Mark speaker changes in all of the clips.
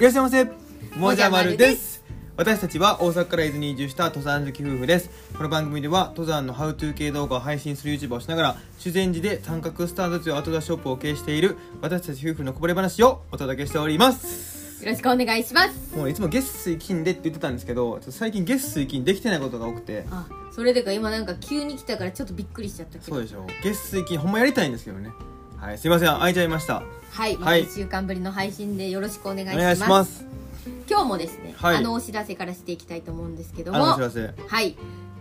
Speaker 1: らっしゃいませもじゃまるです私たちは大阪から伊豆に移住した登山好き夫婦ですこの番組では登山のハウトゥー系動画を配信する YouTuber をしながら修善寺で三角スタートという後出しショップを経営している私たち夫婦のこぼれ話をお届けしております
Speaker 2: よろしくお願いします
Speaker 1: もういつも月水金でって言ってたんですけどちょっと最近月水金できてないことが多くて
Speaker 2: あそれでか今なんか急に来たからちょっとびっくりしちゃったけ
Speaker 1: そ
Speaker 2: ど
Speaker 1: うでしょう月水金ほんまやりたいんですけどねはいすいません空いちゃいました
Speaker 2: はい、また
Speaker 1: はい
Speaker 2: 1週間ぶりの配信でよろしくお願いし
Speaker 1: お
Speaker 2: ます
Speaker 1: 願いします
Speaker 2: 今日もですね、
Speaker 1: はい
Speaker 2: あのお知らせからしていきたいと思うんですけど
Speaker 1: あのお
Speaker 2: も
Speaker 1: 知らせ
Speaker 2: はい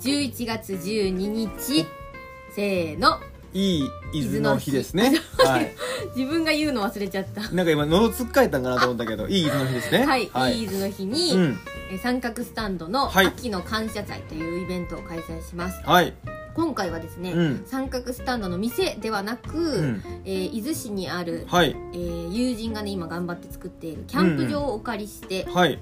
Speaker 2: 11月12日せーの
Speaker 1: いい伊豆の日ですねはい
Speaker 2: 自分が言うの忘れちゃった
Speaker 1: なんか今喉つっかえたんかなと思ったけどいい伊豆の日ですね
Speaker 2: はい、イーズの日に、
Speaker 1: うん
Speaker 2: え三角スタンドの
Speaker 1: はい
Speaker 2: 秋の感謝祭というイベントを開催します、
Speaker 1: はい
Speaker 2: 今回はですね、
Speaker 1: うん
Speaker 2: 三角スタンドの店ではなく、
Speaker 1: ん
Speaker 2: えー伊豆市にある、
Speaker 1: はい
Speaker 2: えー友人がね今頑張って作っているキャンプ場をお借りして、
Speaker 1: はい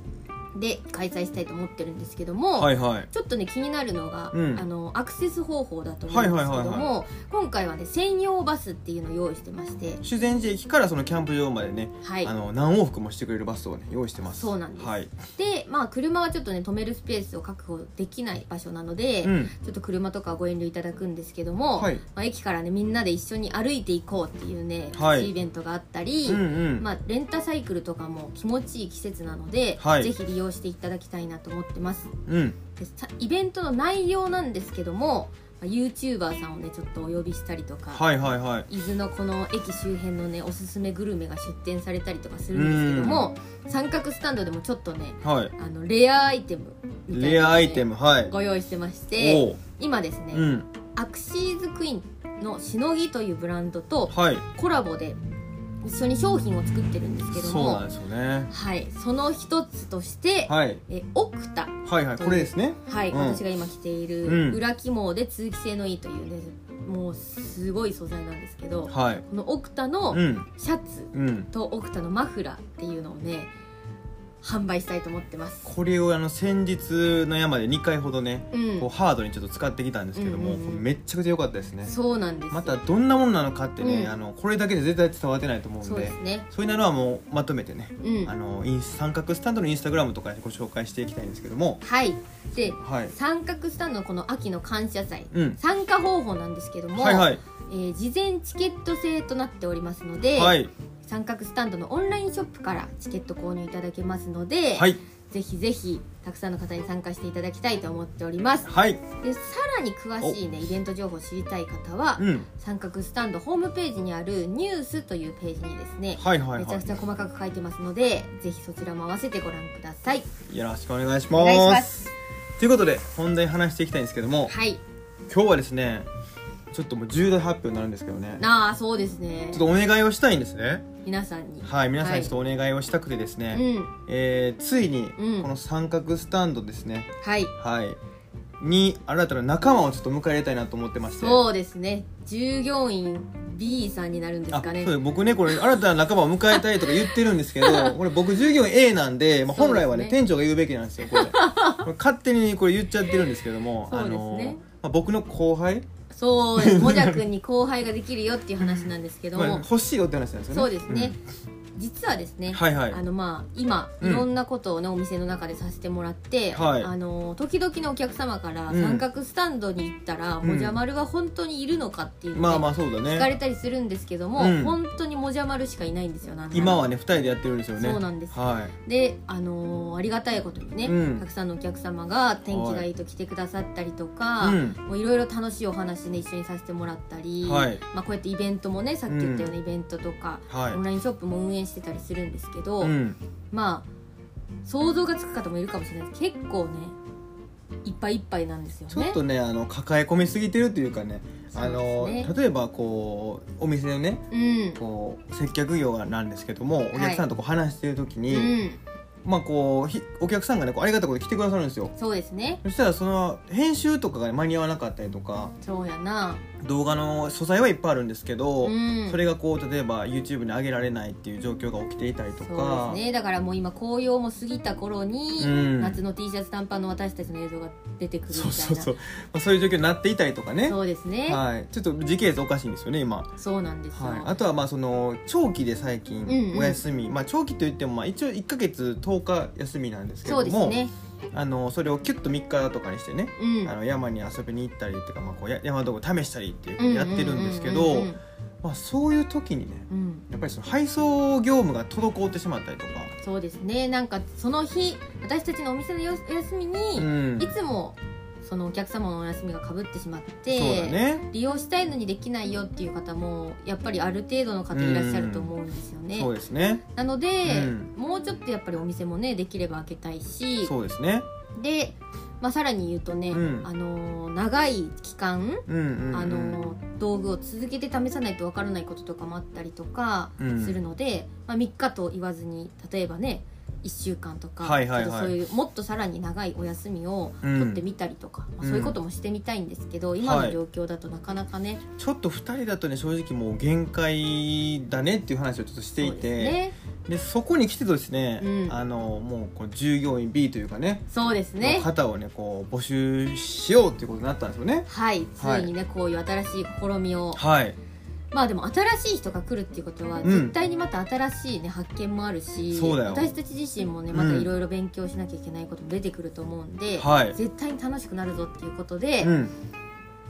Speaker 2: で開催したいと思ってるんですけども、
Speaker 1: はいはい
Speaker 2: ちょっとね気になるのが、
Speaker 1: うん
Speaker 2: あのアクセス方法だと思うんですけども、
Speaker 1: はいはいはい
Speaker 2: 今回はね専用バスっていうのを用意してまして
Speaker 1: 修善寺駅からそのキャンプ場までね
Speaker 2: はい
Speaker 1: あの何往復もしてくれるバスをね用意してます
Speaker 2: そうなんです
Speaker 1: はい
Speaker 2: でまあ車はちょっとね止めるスペースを確保できない場所なので、
Speaker 1: うん
Speaker 2: ちょっと車とかはご遠慮いただくんですけども、
Speaker 1: はい
Speaker 2: まあ、駅からねみんなで一緒に歩いていこうっていうね、
Speaker 1: はい
Speaker 2: プチイベントがあったり、
Speaker 1: うんうん
Speaker 2: まあ、レンタサイクルとかも気持ちいい季節なので、
Speaker 1: はい
Speaker 2: ぜひ利用していただきたいなと思ってます
Speaker 1: うん
Speaker 2: でさイベントの内容なんですけども、まあ、YouTuber さんをねちょっとお呼びしたりとか、
Speaker 1: はいはいはい
Speaker 2: 伊豆のこの駅周辺のねおすすめグルメが出店されたりとかするんですけども三角スタンドでもちょっとね
Speaker 1: はい
Speaker 2: あのレアアイテムみたいなのね
Speaker 1: レアアイテムはい
Speaker 2: ご用意してまして
Speaker 1: おう
Speaker 2: 今ですね、
Speaker 1: うん
Speaker 2: アクシーズクイーンのしのぎというブランドと
Speaker 1: はい
Speaker 2: コラボで一緒に商品を作ってるんですけど
Speaker 1: そう
Speaker 2: も
Speaker 1: なんですよね
Speaker 2: はい、その一つとして、
Speaker 1: はい
Speaker 2: えオクタ
Speaker 1: はいはいこれですね
Speaker 2: はい、
Speaker 1: うん
Speaker 2: 私が今着てい
Speaker 1: うん
Speaker 2: る裏肝で通気性のいいというねもうすごい素材なんですけどこ
Speaker 1: はい
Speaker 2: のオクタの
Speaker 1: うん
Speaker 2: シャツ
Speaker 1: うん
Speaker 2: とオクタのマフラーっていうのをね販売したいと思ってます
Speaker 1: これをあの先日の山で2回ほどね
Speaker 2: うん
Speaker 1: こうハードにちょっと使ってきたんですけども
Speaker 2: うんうんうん
Speaker 1: これめっちゃくちゃ良かったですね
Speaker 2: そうなんですよ
Speaker 1: またどんなものなのかってね、
Speaker 2: うん
Speaker 1: あのこれだけで絶対伝わってないと思うん
Speaker 2: そう
Speaker 1: で
Speaker 2: ですね
Speaker 1: そういうのはもうまとめてね、
Speaker 2: うん
Speaker 1: あのイン三角スタンドのインスタグラムとかでご紹介していきたいんですけども
Speaker 2: はいで
Speaker 1: はい、
Speaker 2: 三角スタンドのこの秋の感謝祭
Speaker 1: うん、
Speaker 2: 参加方法なんですけども、
Speaker 1: はいはい
Speaker 2: えー事前チケット制となっておりますので、
Speaker 1: はい
Speaker 2: 三角スタンドのオンラインショップからチケット購入いただけますので、
Speaker 1: はい
Speaker 2: ぜひぜひたくさんの方に参加していただきたいと思っております
Speaker 1: はい
Speaker 2: でさらに詳しいねイベント情報を知りたい方は、
Speaker 1: うん
Speaker 2: 三角スタンドホームページにある「ニュース」というページにですね、
Speaker 1: はいはい
Speaker 2: めちゃ
Speaker 1: は
Speaker 2: くちゃ細かく書いてますのでぜひそちらも合わせてご覧ください
Speaker 1: いよろしくお願いし
Speaker 2: お
Speaker 1: ま
Speaker 2: 願い
Speaker 1: す
Speaker 2: します
Speaker 1: ということで本題話していきたいんですけども
Speaker 2: はい
Speaker 1: 今日はですねちょっともう重大発表になるんですけどねち
Speaker 2: なあそうですね
Speaker 1: ょっとお願いをしたいんですね
Speaker 2: 皆さんに
Speaker 1: はい皆さんにち
Speaker 2: は
Speaker 1: ょっとお願いをしたくてですね、
Speaker 2: いうん
Speaker 1: えーついに
Speaker 2: うん
Speaker 1: この三角スタンドですね、
Speaker 2: はい
Speaker 1: はいに新たな仲間をちょっと迎え入れたいなと思ってまして
Speaker 2: そうですね従業員 B さんになるんです
Speaker 1: あそ
Speaker 2: か
Speaker 1: うで
Speaker 2: ね
Speaker 1: す僕ねこれ新たな仲間を迎えたいとか言ってるんですけど これ僕従業員 A なんで、まあ、
Speaker 2: そうですね
Speaker 1: 本来はね店長が言うべきなんですよこれこれ勝手にこれ言っちゃってるんですけども、
Speaker 2: そう
Speaker 1: あ
Speaker 2: ですね
Speaker 1: のーまあ、僕の後輩、
Speaker 2: そうですもじゃくんに後輩ができるよっていう話なんですけど
Speaker 1: まあ、
Speaker 2: も、
Speaker 1: 欲しいよって話なんですよね
Speaker 2: そうですね、、実はですね、
Speaker 1: うんはいはい
Speaker 2: あのまあ今
Speaker 1: うん
Speaker 2: いろんなことをね、お店の中でさせてもらって、
Speaker 1: はい
Speaker 2: あの時々のお客様から
Speaker 1: うん
Speaker 2: 三角スタンドに行ったら、
Speaker 1: うん
Speaker 2: もじゃ丸は本当にいるのかっていうので、
Speaker 1: まあまあそうだ
Speaker 2: 聞かれ
Speaker 1: ね
Speaker 2: たりするんですけども、
Speaker 1: うん
Speaker 2: 本当にもじゃ丸しかいないんですよなんなら
Speaker 1: 今はね2人でやってるんですよね
Speaker 2: そうなんです
Speaker 1: は
Speaker 2: で、あのーありがたいことにね、
Speaker 1: うん
Speaker 2: たくさんのお客様が天気がいいと来てくださったりとか、
Speaker 1: い、うん
Speaker 2: もういろいろ楽しいお話ね一緒にさせてもらったり、
Speaker 1: はい
Speaker 2: まあ、こうやってイベントもねさっき言ったようなイベントとか、オン
Speaker 1: は
Speaker 2: ラインショップも運営してたりするんですけ
Speaker 1: い、
Speaker 2: ど、
Speaker 1: うん、
Speaker 2: まあ想像がつく方もいるかもしれないです結構ねいっぱいいっぱいなんですよね
Speaker 1: ちょっとねあの抱え込みすぎてるというかねあ
Speaker 2: そ
Speaker 1: の
Speaker 2: うですね
Speaker 1: 例えばこうお店でね
Speaker 2: うん
Speaker 1: こう接客業なんですけどもお客さんとこう話してる時
Speaker 2: う
Speaker 1: に、
Speaker 2: ん
Speaker 1: まあこうひお客さんがねこうありがたいことで来てくださるんですよ
Speaker 2: そうですね
Speaker 1: そしたらその編集とかが間に合わなかったりとか
Speaker 2: そうやな
Speaker 1: 動画の素材はいっぱいあるんですけど、
Speaker 2: うん
Speaker 1: それがこう例えば YouTube に上げられないっていう状況が起きていたりと
Speaker 2: そう
Speaker 1: か
Speaker 2: ですねだからもう今紅葉も過ぎた頃に、
Speaker 1: うん
Speaker 2: 夏の T シャツ短パンの私たちの映像が出てくるみた
Speaker 1: そう
Speaker 2: いな
Speaker 1: そうそう、まあ、そういう状況になっていたりとかね
Speaker 2: そうですね、
Speaker 1: はい、ちょっと時系列おかしいんですよね今、
Speaker 2: そうなんですよ、
Speaker 1: はい、あとはまあその長期で最近
Speaker 2: んうん
Speaker 1: お休み、まあ、長期といってもまあ一応1か月10日休みなんですけ
Speaker 2: そ
Speaker 1: ど
Speaker 2: うです
Speaker 1: も、
Speaker 2: ね
Speaker 1: あのそれをキュッと3日とかにしてね、
Speaker 2: うん
Speaker 1: あの山に遊びに行ったりっていうか、まあ、こうや山道具試したりっていうふうにやってるんですけ
Speaker 2: うんうん
Speaker 1: ど
Speaker 2: うんうん
Speaker 1: まあそういう時にね
Speaker 2: うんうん
Speaker 1: やっぱりその配送業務が滞ってしまったりとか、
Speaker 2: そうですねなんかその日私たちのお店のよお休みに、
Speaker 1: うん、
Speaker 2: いつもそのお客様のお休みがかぶってしまって
Speaker 1: そうだね
Speaker 2: 利用したいのにできないよっていう方もやっぱりある程度の方いらっしゃると思うんですよね、
Speaker 1: そうですね
Speaker 2: なので、
Speaker 1: うん
Speaker 2: もうちょっとやっぱりお店もねできれば開けたいし
Speaker 1: そうですね
Speaker 2: で、まあ、さらに言うとね、
Speaker 1: うん
Speaker 2: あのー長い期間、
Speaker 1: うんうん、うん、
Speaker 2: あのー道具を続けて試さないとわからないこととかもあったりとか
Speaker 1: うん
Speaker 2: するので、まあ、3日と言わずに例えばね1週間とか、
Speaker 1: はいはいはい
Speaker 2: ちょっとそういうもっとさらに長いお休みを
Speaker 1: うん
Speaker 2: 取ってみたりとか、まあ
Speaker 1: うん
Speaker 2: そういうこともしてみたいんですけど、今
Speaker 1: は
Speaker 2: の
Speaker 1: い
Speaker 2: 状況だとなかなかね、
Speaker 1: ちょっと2人だとね正直もう限界だねっていう話をちょっとしてい
Speaker 2: そうです
Speaker 1: て
Speaker 2: ね
Speaker 1: そでそこに来てですね、
Speaker 2: うん
Speaker 1: あのもうこう従業員 B というかね
Speaker 2: そうですね
Speaker 1: の方をねこう募集しようっていうことになったんですよね
Speaker 2: はいつ
Speaker 1: はい
Speaker 2: いにね、こういう新しい試みを
Speaker 1: はい
Speaker 2: まあでも新しい人が来るっていうことは
Speaker 1: うん
Speaker 2: 絶対にまた新しい、ね発見もあるし
Speaker 1: そうだよ
Speaker 2: 私たち自身もね
Speaker 1: うん
Speaker 2: またいろいろ勉強しなきゃいけないことも出てくると思うんで、
Speaker 1: はい
Speaker 2: 絶対に楽しくなるぞっていうことで、
Speaker 1: うん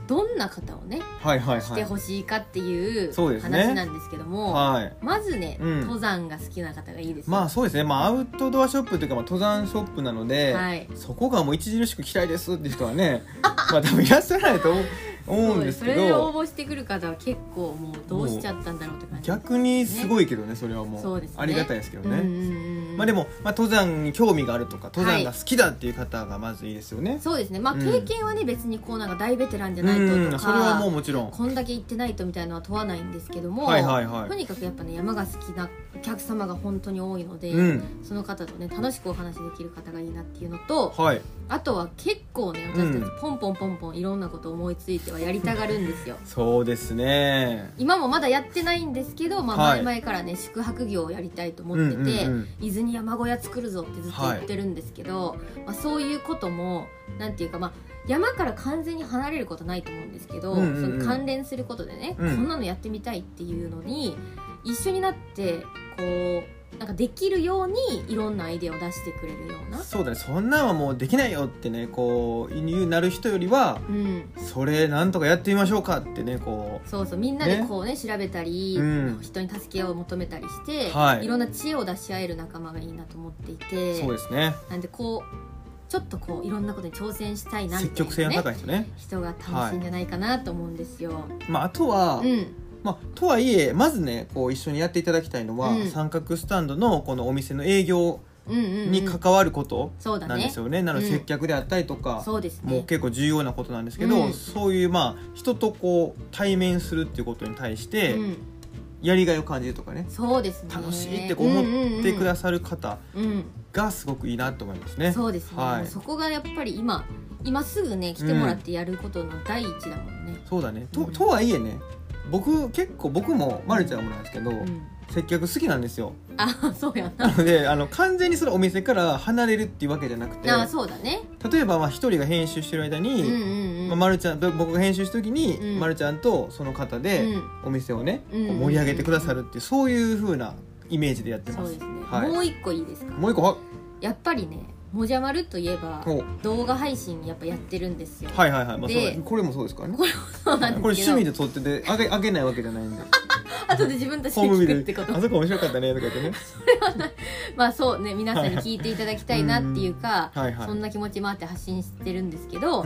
Speaker 2: どんな方をね
Speaker 1: はいはい
Speaker 2: し
Speaker 1: は
Speaker 2: て
Speaker 1: い
Speaker 2: ほしいかっていう
Speaker 1: そうですね
Speaker 2: 話なんですけども、
Speaker 1: はい
Speaker 2: まずね、
Speaker 1: うん
Speaker 2: 登山が好きな方がいいですよ
Speaker 1: まあそうですねまあアウトドアショップというかまあ登山ショップなので、
Speaker 2: はい
Speaker 1: そこがもう著しく嫌いですって人はね まあ多分いらっしゃらないと思う思うんです
Speaker 2: そ
Speaker 1: け
Speaker 2: れで応
Speaker 1: ど
Speaker 2: 募してくる方は結構もうどうしちゃったんだろうって感じ
Speaker 1: 逆にすごいけどねそれはも
Speaker 2: そう
Speaker 1: う
Speaker 2: ですね
Speaker 1: ありがたいですけど
Speaker 2: うん
Speaker 1: ね、
Speaker 2: うんうん
Speaker 1: まあでも、まあ、登山に興味があるとか登
Speaker 2: は
Speaker 1: 山
Speaker 2: い
Speaker 1: が好きだっていう方がまずいいですよね。
Speaker 2: そうですねまあ
Speaker 1: うん
Speaker 2: 経験はね、別にこうなんか大ベテランじゃ
Speaker 1: う
Speaker 2: ないとと
Speaker 1: ん、
Speaker 2: か
Speaker 1: それはもうもちろん。
Speaker 2: こんだけ行ってないとみたいなのは問わないんですけども、
Speaker 1: はいはいはい
Speaker 2: とにかくやっぱね山が好きなお客様が本当に多いので、
Speaker 1: うん、
Speaker 2: その方とね楽しくお話しできる方がいいなっていうのと
Speaker 1: はい、
Speaker 2: あとは結構ね私た
Speaker 1: う
Speaker 2: ちポンポンポンポンいろんなこと思いついてはやりたがるんですよ。
Speaker 1: そうですね。
Speaker 2: 今もまだやってないんですけど、まあ、
Speaker 1: は
Speaker 2: 前
Speaker 1: い
Speaker 2: 々からね、宿泊業をやりたいと思
Speaker 1: うん
Speaker 2: ってて、
Speaker 1: うんうん
Speaker 2: 伊豆に山小屋作るぞってずっと言ってるんですけど、まあ、そういうこともなんていうか、まあ、山から完全に離れることないと思うんですけど、
Speaker 1: うんうんうん
Speaker 2: その関連することでね、
Speaker 1: うん
Speaker 2: こんなのやってみたいっていうのに一緒になってこうなんかできるようにいろんなアイデアを出してくれるような。
Speaker 1: そうだね、そんなんはもうできないよってね、こう、言うなる人よりは。
Speaker 2: うん
Speaker 1: それ、なんとかやってみましょうかってね、こ
Speaker 2: そうそうみんなで
Speaker 1: ね
Speaker 2: こうね調べたり、
Speaker 1: うん
Speaker 2: 人に助けを求めたりして、
Speaker 1: はい、
Speaker 2: ろんな知恵を出し合える仲間がいいなと思っていうて
Speaker 1: そうですね。
Speaker 2: なんでこうちょっとこういろんなことに挑戦したいなってい
Speaker 1: 積
Speaker 2: う、ね、
Speaker 1: 極性が高い人ね。
Speaker 2: 人が楽しいんじゃないかなと思うんですよ。
Speaker 1: まあ、あとは、
Speaker 2: うん、
Speaker 1: まあ、とはいえ、まずね、こう一緒にやっていただきたいのは、
Speaker 2: うん
Speaker 1: 三角スタンドのこのお店の営業
Speaker 2: うんうんうん
Speaker 1: に関わること。
Speaker 2: そうだ
Speaker 1: なんで
Speaker 2: ね
Speaker 1: すよね、なので
Speaker 2: うん
Speaker 1: 接客であったりとか、
Speaker 2: そうです
Speaker 1: もう
Speaker 2: ね
Speaker 1: 結構重要なことなんですけど、
Speaker 2: うん
Speaker 1: そういうまあ人とこう対面するっていうことに対して
Speaker 2: うん、
Speaker 1: やりがいを感じるとかね、
Speaker 2: そうですね
Speaker 1: 楽しいってこう思ってくださる方
Speaker 2: うんうんうんうん
Speaker 1: がすごくいいなと思いますね。
Speaker 2: そうですね、
Speaker 1: はい
Speaker 2: もうそこがやっぱり今今すぐね来てもらってやることの第一だもんね、
Speaker 1: そうだねと
Speaker 2: うん
Speaker 1: とはいえね僕結構僕もまるちゃんもなんですけど、
Speaker 2: うん、
Speaker 1: 接客好きなんですよ
Speaker 2: あそうやな
Speaker 1: なのであの完全にそのお店から離れるっていうわけじゃなくて
Speaker 2: あそうだね
Speaker 1: 例えばまあ一人が編集してる間
Speaker 2: う
Speaker 1: に、
Speaker 2: んうんうん
Speaker 1: まあ、まるちゃんぼ僕が編集した時に、
Speaker 2: うん
Speaker 1: まるちゃんとその方で、
Speaker 2: うん
Speaker 1: お店をね、こう
Speaker 2: うん
Speaker 1: 盛り上げてくださるっていうそういう風なイメージでやって
Speaker 2: そ
Speaker 1: ま
Speaker 2: う
Speaker 1: す
Speaker 2: ですね、
Speaker 1: はい、
Speaker 2: もう一個いいですか
Speaker 1: もう一個は
Speaker 2: やっぱりねもじゃまるといえば
Speaker 1: お
Speaker 2: 動画配信やっぱやってるんですよ、
Speaker 1: はいはいはい、まあ、そう
Speaker 2: で
Speaker 1: だこれもそうですからね
Speaker 2: これもそうなんですけど
Speaker 1: これ趣味で撮っててあげあげないわけじゃないんで
Speaker 2: あとで自分たちで
Speaker 1: ホーム
Speaker 2: 聞くっ
Speaker 1: ビデ
Speaker 2: てこ
Speaker 1: オ
Speaker 2: と
Speaker 1: あそこ面白かったねとか言ってね
Speaker 2: まあそうね皆さんに聞いていただきたいなっていうか、
Speaker 1: はいはい
Speaker 2: そんな気持ちもあって発信してるんですけど、
Speaker 1: う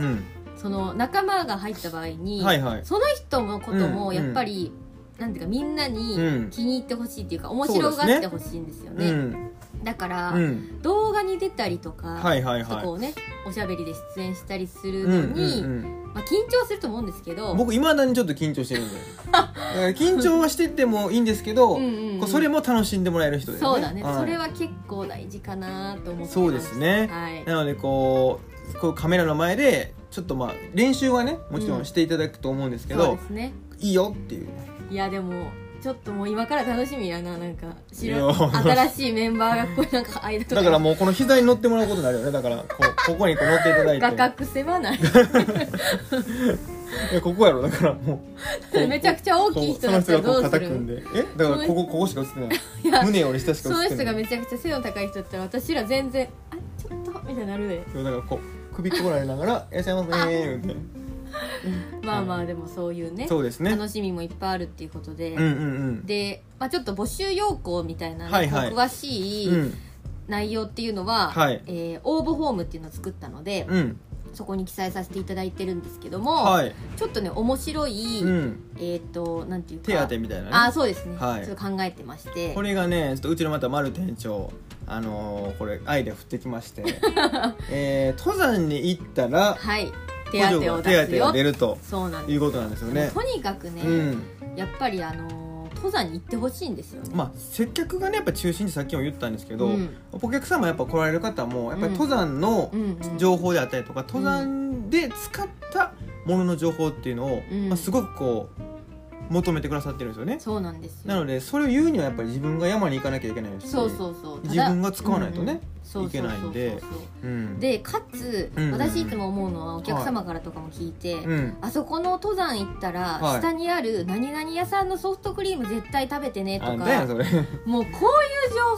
Speaker 2: その仲間が入った場合に、
Speaker 1: んはいはい
Speaker 2: その人のこともやっぱり、なんていうかみんな
Speaker 1: う
Speaker 2: に
Speaker 1: ん
Speaker 2: 気に入ってほしいっていうか面白がってほしいんですよ
Speaker 1: う
Speaker 2: ね
Speaker 1: ん
Speaker 2: だから、
Speaker 1: うん
Speaker 2: 動画に出たりとか、
Speaker 1: はいはい
Speaker 2: ちょっと
Speaker 1: は
Speaker 2: こうねおしゃべりで出演したりす
Speaker 1: い
Speaker 2: る
Speaker 1: うんう
Speaker 2: の
Speaker 1: ん
Speaker 2: に、
Speaker 1: うん
Speaker 2: まあ、緊張すると思うんですけど
Speaker 1: 僕いまだにちょっと緊張してる んでだから緊張はしててもいいんですけど、
Speaker 2: うんうんうん
Speaker 1: こうそれも楽しんでもらえる人で、
Speaker 2: そうだね、
Speaker 1: はい
Speaker 2: それは結構大事かなと思ってます
Speaker 1: そうですね
Speaker 2: はい、
Speaker 1: なのでこうこうカメラの前でちょっとまあ練習はねもちろんしていただくと思うんですけ
Speaker 2: そう
Speaker 1: ど
Speaker 2: で、すね
Speaker 1: いいよっていう
Speaker 2: いやでもちょっともう今から楽しみやななんか知
Speaker 1: い
Speaker 2: ら
Speaker 1: や
Speaker 2: 新しいメンバーがここになんか間と
Speaker 1: だからもうこの膝に乗ってもらうことになるよねだからこうここにこう乗っていただい
Speaker 2: 画
Speaker 1: て
Speaker 2: 角狭ない
Speaker 1: いやここやろだからもうこう
Speaker 2: めちゃくちゃ大きい人だったら
Speaker 1: こうそうの
Speaker 2: ど
Speaker 1: 人がこう肩
Speaker 2: す
Speaker 1: 組ん
Speaker 2: る
Speaker 1: でえだからここここしか映ってない
Speaker 2: いや
Speaker 1: 胸より下し
Speaker 2: そ
Speaker 1: か
Speaker 2: の
Speaker 1: 映って
Speaker 2: 人
Speaker 1: な
Speaker 2: が
Speaker 1: い
Speaker 2: めちゃくちゃ背の高い人だったら私ら全然あちょっとみたいになるで
Speaker 1: そうだからこう首こられながら「いらっしゃいませ」みたいな
Speaker 2: まあまあでもそういうね
Speaker 1: そうですね
Speaker 2: 楽しみもいっぱいあるっていうことで、
Speaker 1: うんうん
Speaker 2: で、まあ、ちょっと募集要項みたいなね、
Speaker 1: はいはい
Speaker 2: こう詳し
Speaker 1: う
Speaker 2: い
Speaker 1: んうん
Speaker 2: 内容っていうのは、
Speaker 1: はい
Speaker 2: えー応募フォームっていうのを作ったので、
Speaker 1: うん
Speaker 2: そこに記載させていただいてるんですけども、
Speaker 1: はい
Speaker 2: ちょっとね面白い、
Speaker 1: うん
Speaker 2: えっ、となんていうか
Speaker 1: 手当てみたいなね
Speaker 2: あーそうですね、
Speaker 1: はい
Speaker 2: ちょっと考えてまして
Speaker 1: これがねちょっとうちのまた丸店長あのーこれアイデア振ってきまして えー登山に行ったら
Speaker 2: はい手当てを
Speaker 1: 補助が手
Speaker 2: 出
Speaker 1: 当
Speaker 2: す
Speaker 1: が
Speaker 2: よ
Speaker 1: 出ると
Speaker 2: そうなん
Speaker 1: い
Speaker 2: で
Speaker 1: うことなんですよ
Speaker 2: す、
Speaker 1: ね
Speaker 2: とにかくね、
Speaker 1: うん
Speaker 2: やっぱりあのー登山に行ってほしいんですよね、
Speaker 1: まあ接客がねやっぱ中心ってさっきも言ったんですけど、
Speaker 2: うん
Speaker 1: お客様やっぱ来られる方もやっぱり
Speaker 2: うん
Speaker 1: 登山の
Speaker 2: うんうん
Speaker 1: 情報であったりとか登山で使ったものの情報っていうのを、
Speaker 2: うん
Speaker 1: まあ、すごくこう求めてくださってるんですよね。
Speaker 2: そうなんです
Speaker 1: な
Speaker 2: よ
Speaker 1: のでそれを言うにはやっぱり自分が山に行かなきゃいけないし
Speaker 2: そうそうそうただ
Speaker 1: 自分が使わないとね
Speaker 2: そうそうそうそう
Speaker 1: いけないんでうん、
Speaker 2: でかつ、
Speaker 1: うんうん
Speaker 2: 私いつも思うのはお客様からとかも聞いて、
Speaker 1: うん、
Speaker 2: あそこの登山行ったら、
Speaker 1: はい
Speaker 2: 下にある何々屋さんのソフトクリーム絶対食べてねと
Speaker 1: あ
Speaker 2: か
Speaker 1: んたやんそれはい
Speaker 2: もうこういう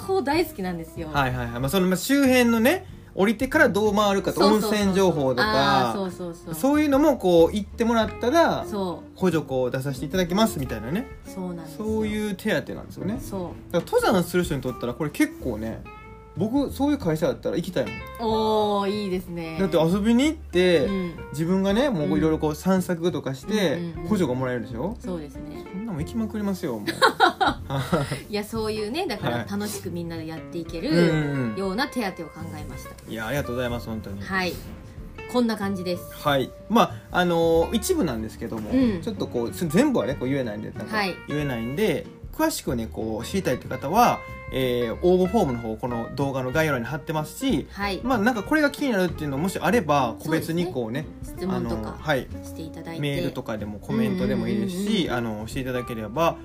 Speaker 2: 情報大好きなんですよ、
Speaker 1: はいはい、まあ、そのまあ周辺のね降りてからどう回るかと
Speaker 2: そう
Speaker 1: 温
Speaker 2: そうそう
Speaker 1: 泉情報とか
Speaker 2: あーそうそうそうそう
Speaker 1: そういうのもこう行ってもらったら
Speaker 2: そ
Speaker 1: 補助を出させていただきますみたいなね
Speaker 2: うなんですよ
Speaker 1: そう
Speaker 2: う
Speaker 1: いう手当なんですよね
Speaker 2: そ
Speaker 1: だから登山する人にとったらこれ結構ね僕そういう会社だったら行きたいもん、
Speaker 2: うおおいいですね
Speaker 1: だって遊びに行って、
Speaker 2: うん
Speaker 1: 自分がねも
Speaker 2: うん
Speaker 1: ういろいろこう散策とかして
Speaker 2: うんうんうん
Speaker 1: 補助がもらえるでしょ、
Speaker 2: そうですね
Speaker 1: そんなもん行きまくりますよもう
Speaker 2: いやそういうねだから
Speaker 1: はい
Speaker 2: 楽しくみんなでやっていけ
Speaker 1: うん
Speaker 2: る
Speaker 1: うんうん
Speaker 2: ような手当を考えました、
Speaker 1: いやありがとうございます本当にはい、
Speaker 2: はいこんな感じです
Speaker 1: まああのー一部なんですけども、
Speaker 2: うん
Speaker 1: ちょっとこうす全部はねこう言えないんでなんか
Speaker 2: はい
Speaker 1: 言えないんで、詳しくねこう知りたいって方は、えー応募フォームの方この動画の概要欄に貼ってますし
Speaker 2: はい、
Speaker 1: まあなんかこれが気になるっていうのもしあれば個別にこうね
Speaker 2: 質
Speaker 1: あ
Speaker 2: 問と
Speaker 1: の
Speaker 2: か
Speaker 1: はい
Speaker 2: していただいて
Speaker 1: メールとかでもコメントでもいいですし、あのしていただければ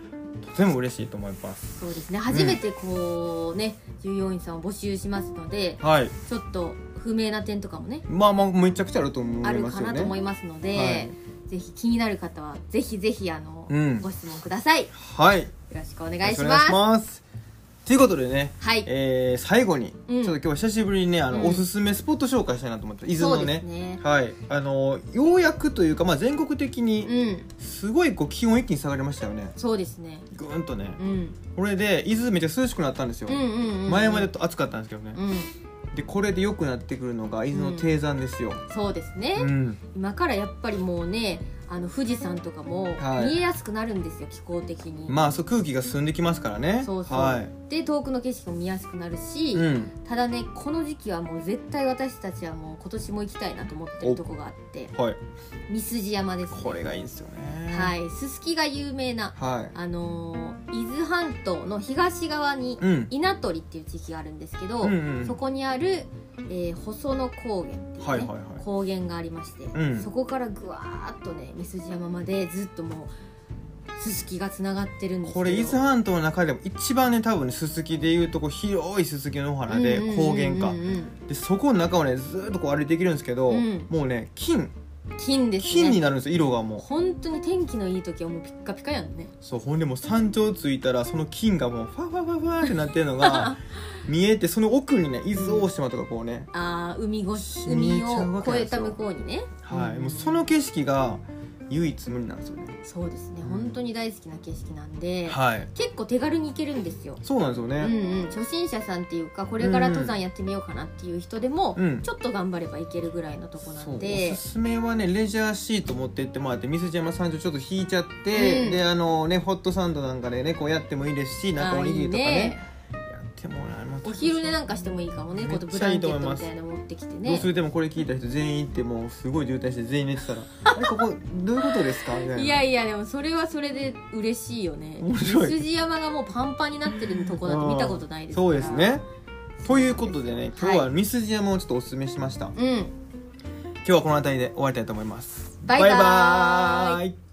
Speaker 1: とても嬉しいと思います
Speaker 2: そうですね初めてこうね、従業員さんを募集しますので
Speaker 1: はい
Speaker 2: ちょっと不明な点とかもね
Speaker 1: まあまあめちゃくちゃあると思
Speaker 2: あ
Speaker 1: い
Speaker 2: る
Speaker 1: ます
Speaker 2: か
Speaker 1: よ
Speaker 2: なと思
Speaker 1: ね
Speaker 2: いますので、
Speaker 1: はい
Speaker 2: ぜひ気になる方はぜひぜひあの、
Speaker 1: うん
Speaker 2: ご質問くださいよ
Speaker 1: はいよ
Speaker 2: ろしくお願
Speaker 1: ろ
Speaker 2: い
Speaker 1: しく
Speaker 2: し
Speaker 1: お
Speaker 2: ま
Speaker 1: 願い
Speaker 2: す
Speaker 1: しますということでね、
Speaker 2: はい、
Speaker 1: えー最後に、
Speaker 2: うん
Speaker 1: ちょっと今日は久しぶりにねあの、
Speaker 2: うん
Speaker 1: おすすめスポット紹介したいなと思って伊
Speaker 2: そ
Speaker 1: 豆
Speaker 2: う
Speaker 1: の
Speaker 2: で
Speaker 1: ね
Speaker 2: すね
Speaker 1: はいあのようやくというか、まあ、全国的に
Speaker 2: うん
Speaker 1: すごいこう気温一気に下がりましたよね
Speaker 2: そうですね
Speaker 1: ぐーんとね
Speaker 2: うん
Speaker 1: これで伊豆めっちゃ涼しくなったんですよ、
Speaker 2: うんうんうんうん
Speaker 1: 前までと暑かったんですけどね、
Speaker 2: うん
Speaker 1: でこれで良くなってくるのが伊豆の低山ですよ、
Speaker 2: そうですね、
Speaker 1: うん
Speaker 2: 今からやっぱりもうねあの富士山とかも
Speaker 1: はい
Speaker 2: 見えやすくなるんですよ、気候的に、
Speaker 1: まあそう空気が進んできますからね
Speaker 2: そうそう、
Speaker 1: はい
Speaker 2: で遠くの景色も見やすくなるし、
Speaker 1: うん、
Speaker 2: ただねこの時期はもう絶対私たちはもう今年も行きたいなと思ってるとこがあって
Speaker 1: はい
Speaker 2: 三筋山です、ね、
Speaker 1: これがいいんですよね
Speaker 2: はいすすきが有名な
Speaker 1: は
Speaker 2: あのー伊豆半島の東側に
Speaker 1: いうん
Speaker 2: 稲取っていう地域があるんですけど、
Speaker 1: うんうん
Speaker 2: そこにある、えー細野高原っていう、ね
Speaker 1: はいはいはい
Speaker 2: 高原がありまして、
Speaker 1: うん
Speaker 2: そこからぐわーっとね三筋山までずっともうすすきがつながってるんですけど
Speaker 1: これ伊豆半島の中でも一番ね多分ねすすきでいうとこう広いすすきのお花で
Speaker 2: うんうん
Speaker 1: 高原か
Speaker 2: うんうん
Speaker 1: でそこの中をねずーっとこう歩いていけるんですけど、
Speaker 2: うん
Speaker 1: もうね金
Speaker 2: うん金ですね
Speaker 1: 金になるんですよ色がもう
Speaker 2: 本当に天気のいい時はもうピッカピカやんね
Speaker 1: そうほんでもう山頂着いたらその金がもうファファファファってなってるの が見えてその奥にね伊豆大島とかこうね、
Speaker 2: あー海越し
Speaker 1: 見え
Speaker 2: 海
Speaker 1: ちゃう
Speaker 2: を
Speaker 1: わけな
Speaker 2: 越
Speaker 1: ん
Speaker 2: え
Speaker 1: です
Speaker 2: た
Speaker 1: よ
Speaker 2: 向こうにね
Speaker 1: はい、
Speaker 2: ん
Speaker 1: もうその景色が唯一無二なんですよね。
Speaker 2: そうですね
Speaker 1: うん
Speaker 2: 本当に大好きな景色なんで、
Speaker 1: はい。
Speaker 2: 結構手軽に行けるんですよ、
Speaker 1: そうなんですよ
Speaker 2: うん
Speaker 1: ね。
Speaker 2: うん、初心者さんっていうかこれから登山やってみようかなっていう人でも、
Speaker 1: うん
Speaker 2: ちょっと頑張れば行けるぐらいのとこな
Speaker 1: そうんお
Speaker 2: です
Speaker 1: すめはねレジャーシート持って行ってもらって水山山頂ちょっと引いちゃって、
Speaker 2: うん
Speaker 1: であのねホットサンドなんかでねこうやってもいいですし中おにぎりとかね
Speaker 2: あーいいね
Speaker 1: やってもらえます
Speaker 2: お昼寝なんかしてもいいかもね
Speaker 1: め
Speaker 2: こ
Speaker 1: っ
Speaker 2: うブ
Speaker 1: ち
Speaker 2: ラ
Speaker 1: ゃい
Speaker 2: ン
Speaker 1: い
Speaker 2: ケ
Speaker 1: と思
Speaker 2: ッ
Speaker 1: い
Speaker 2: ト
Speaker 1: ま
Speaker 2: み
Speaker 1: す
Speaker 2: たいなの持ってきて
Speaker 1: どう
Speaker 2: ね
Speaker 1: するでもこれ聞いた人全員行ってもうすごい渋滞して全員寝て たらあれここどういうことですかみたいない
Speaker 2: やいやでもそれはそれで嬉しいよね
Speaker 1: 面白い
Speaker 2: 筋山がもうパンパンになってるとこなんて見たことないですから
Speaker 1: そうですねということでね今日
Speaker 2: い
Speaker 1: はミスジ山をちょっとおすすめしました、
Speaker 2: うん
Speaker 1: 日はこの辺りで終わりたいと思います
Speaker 2: バイバーイ
Speaker 1: ーイ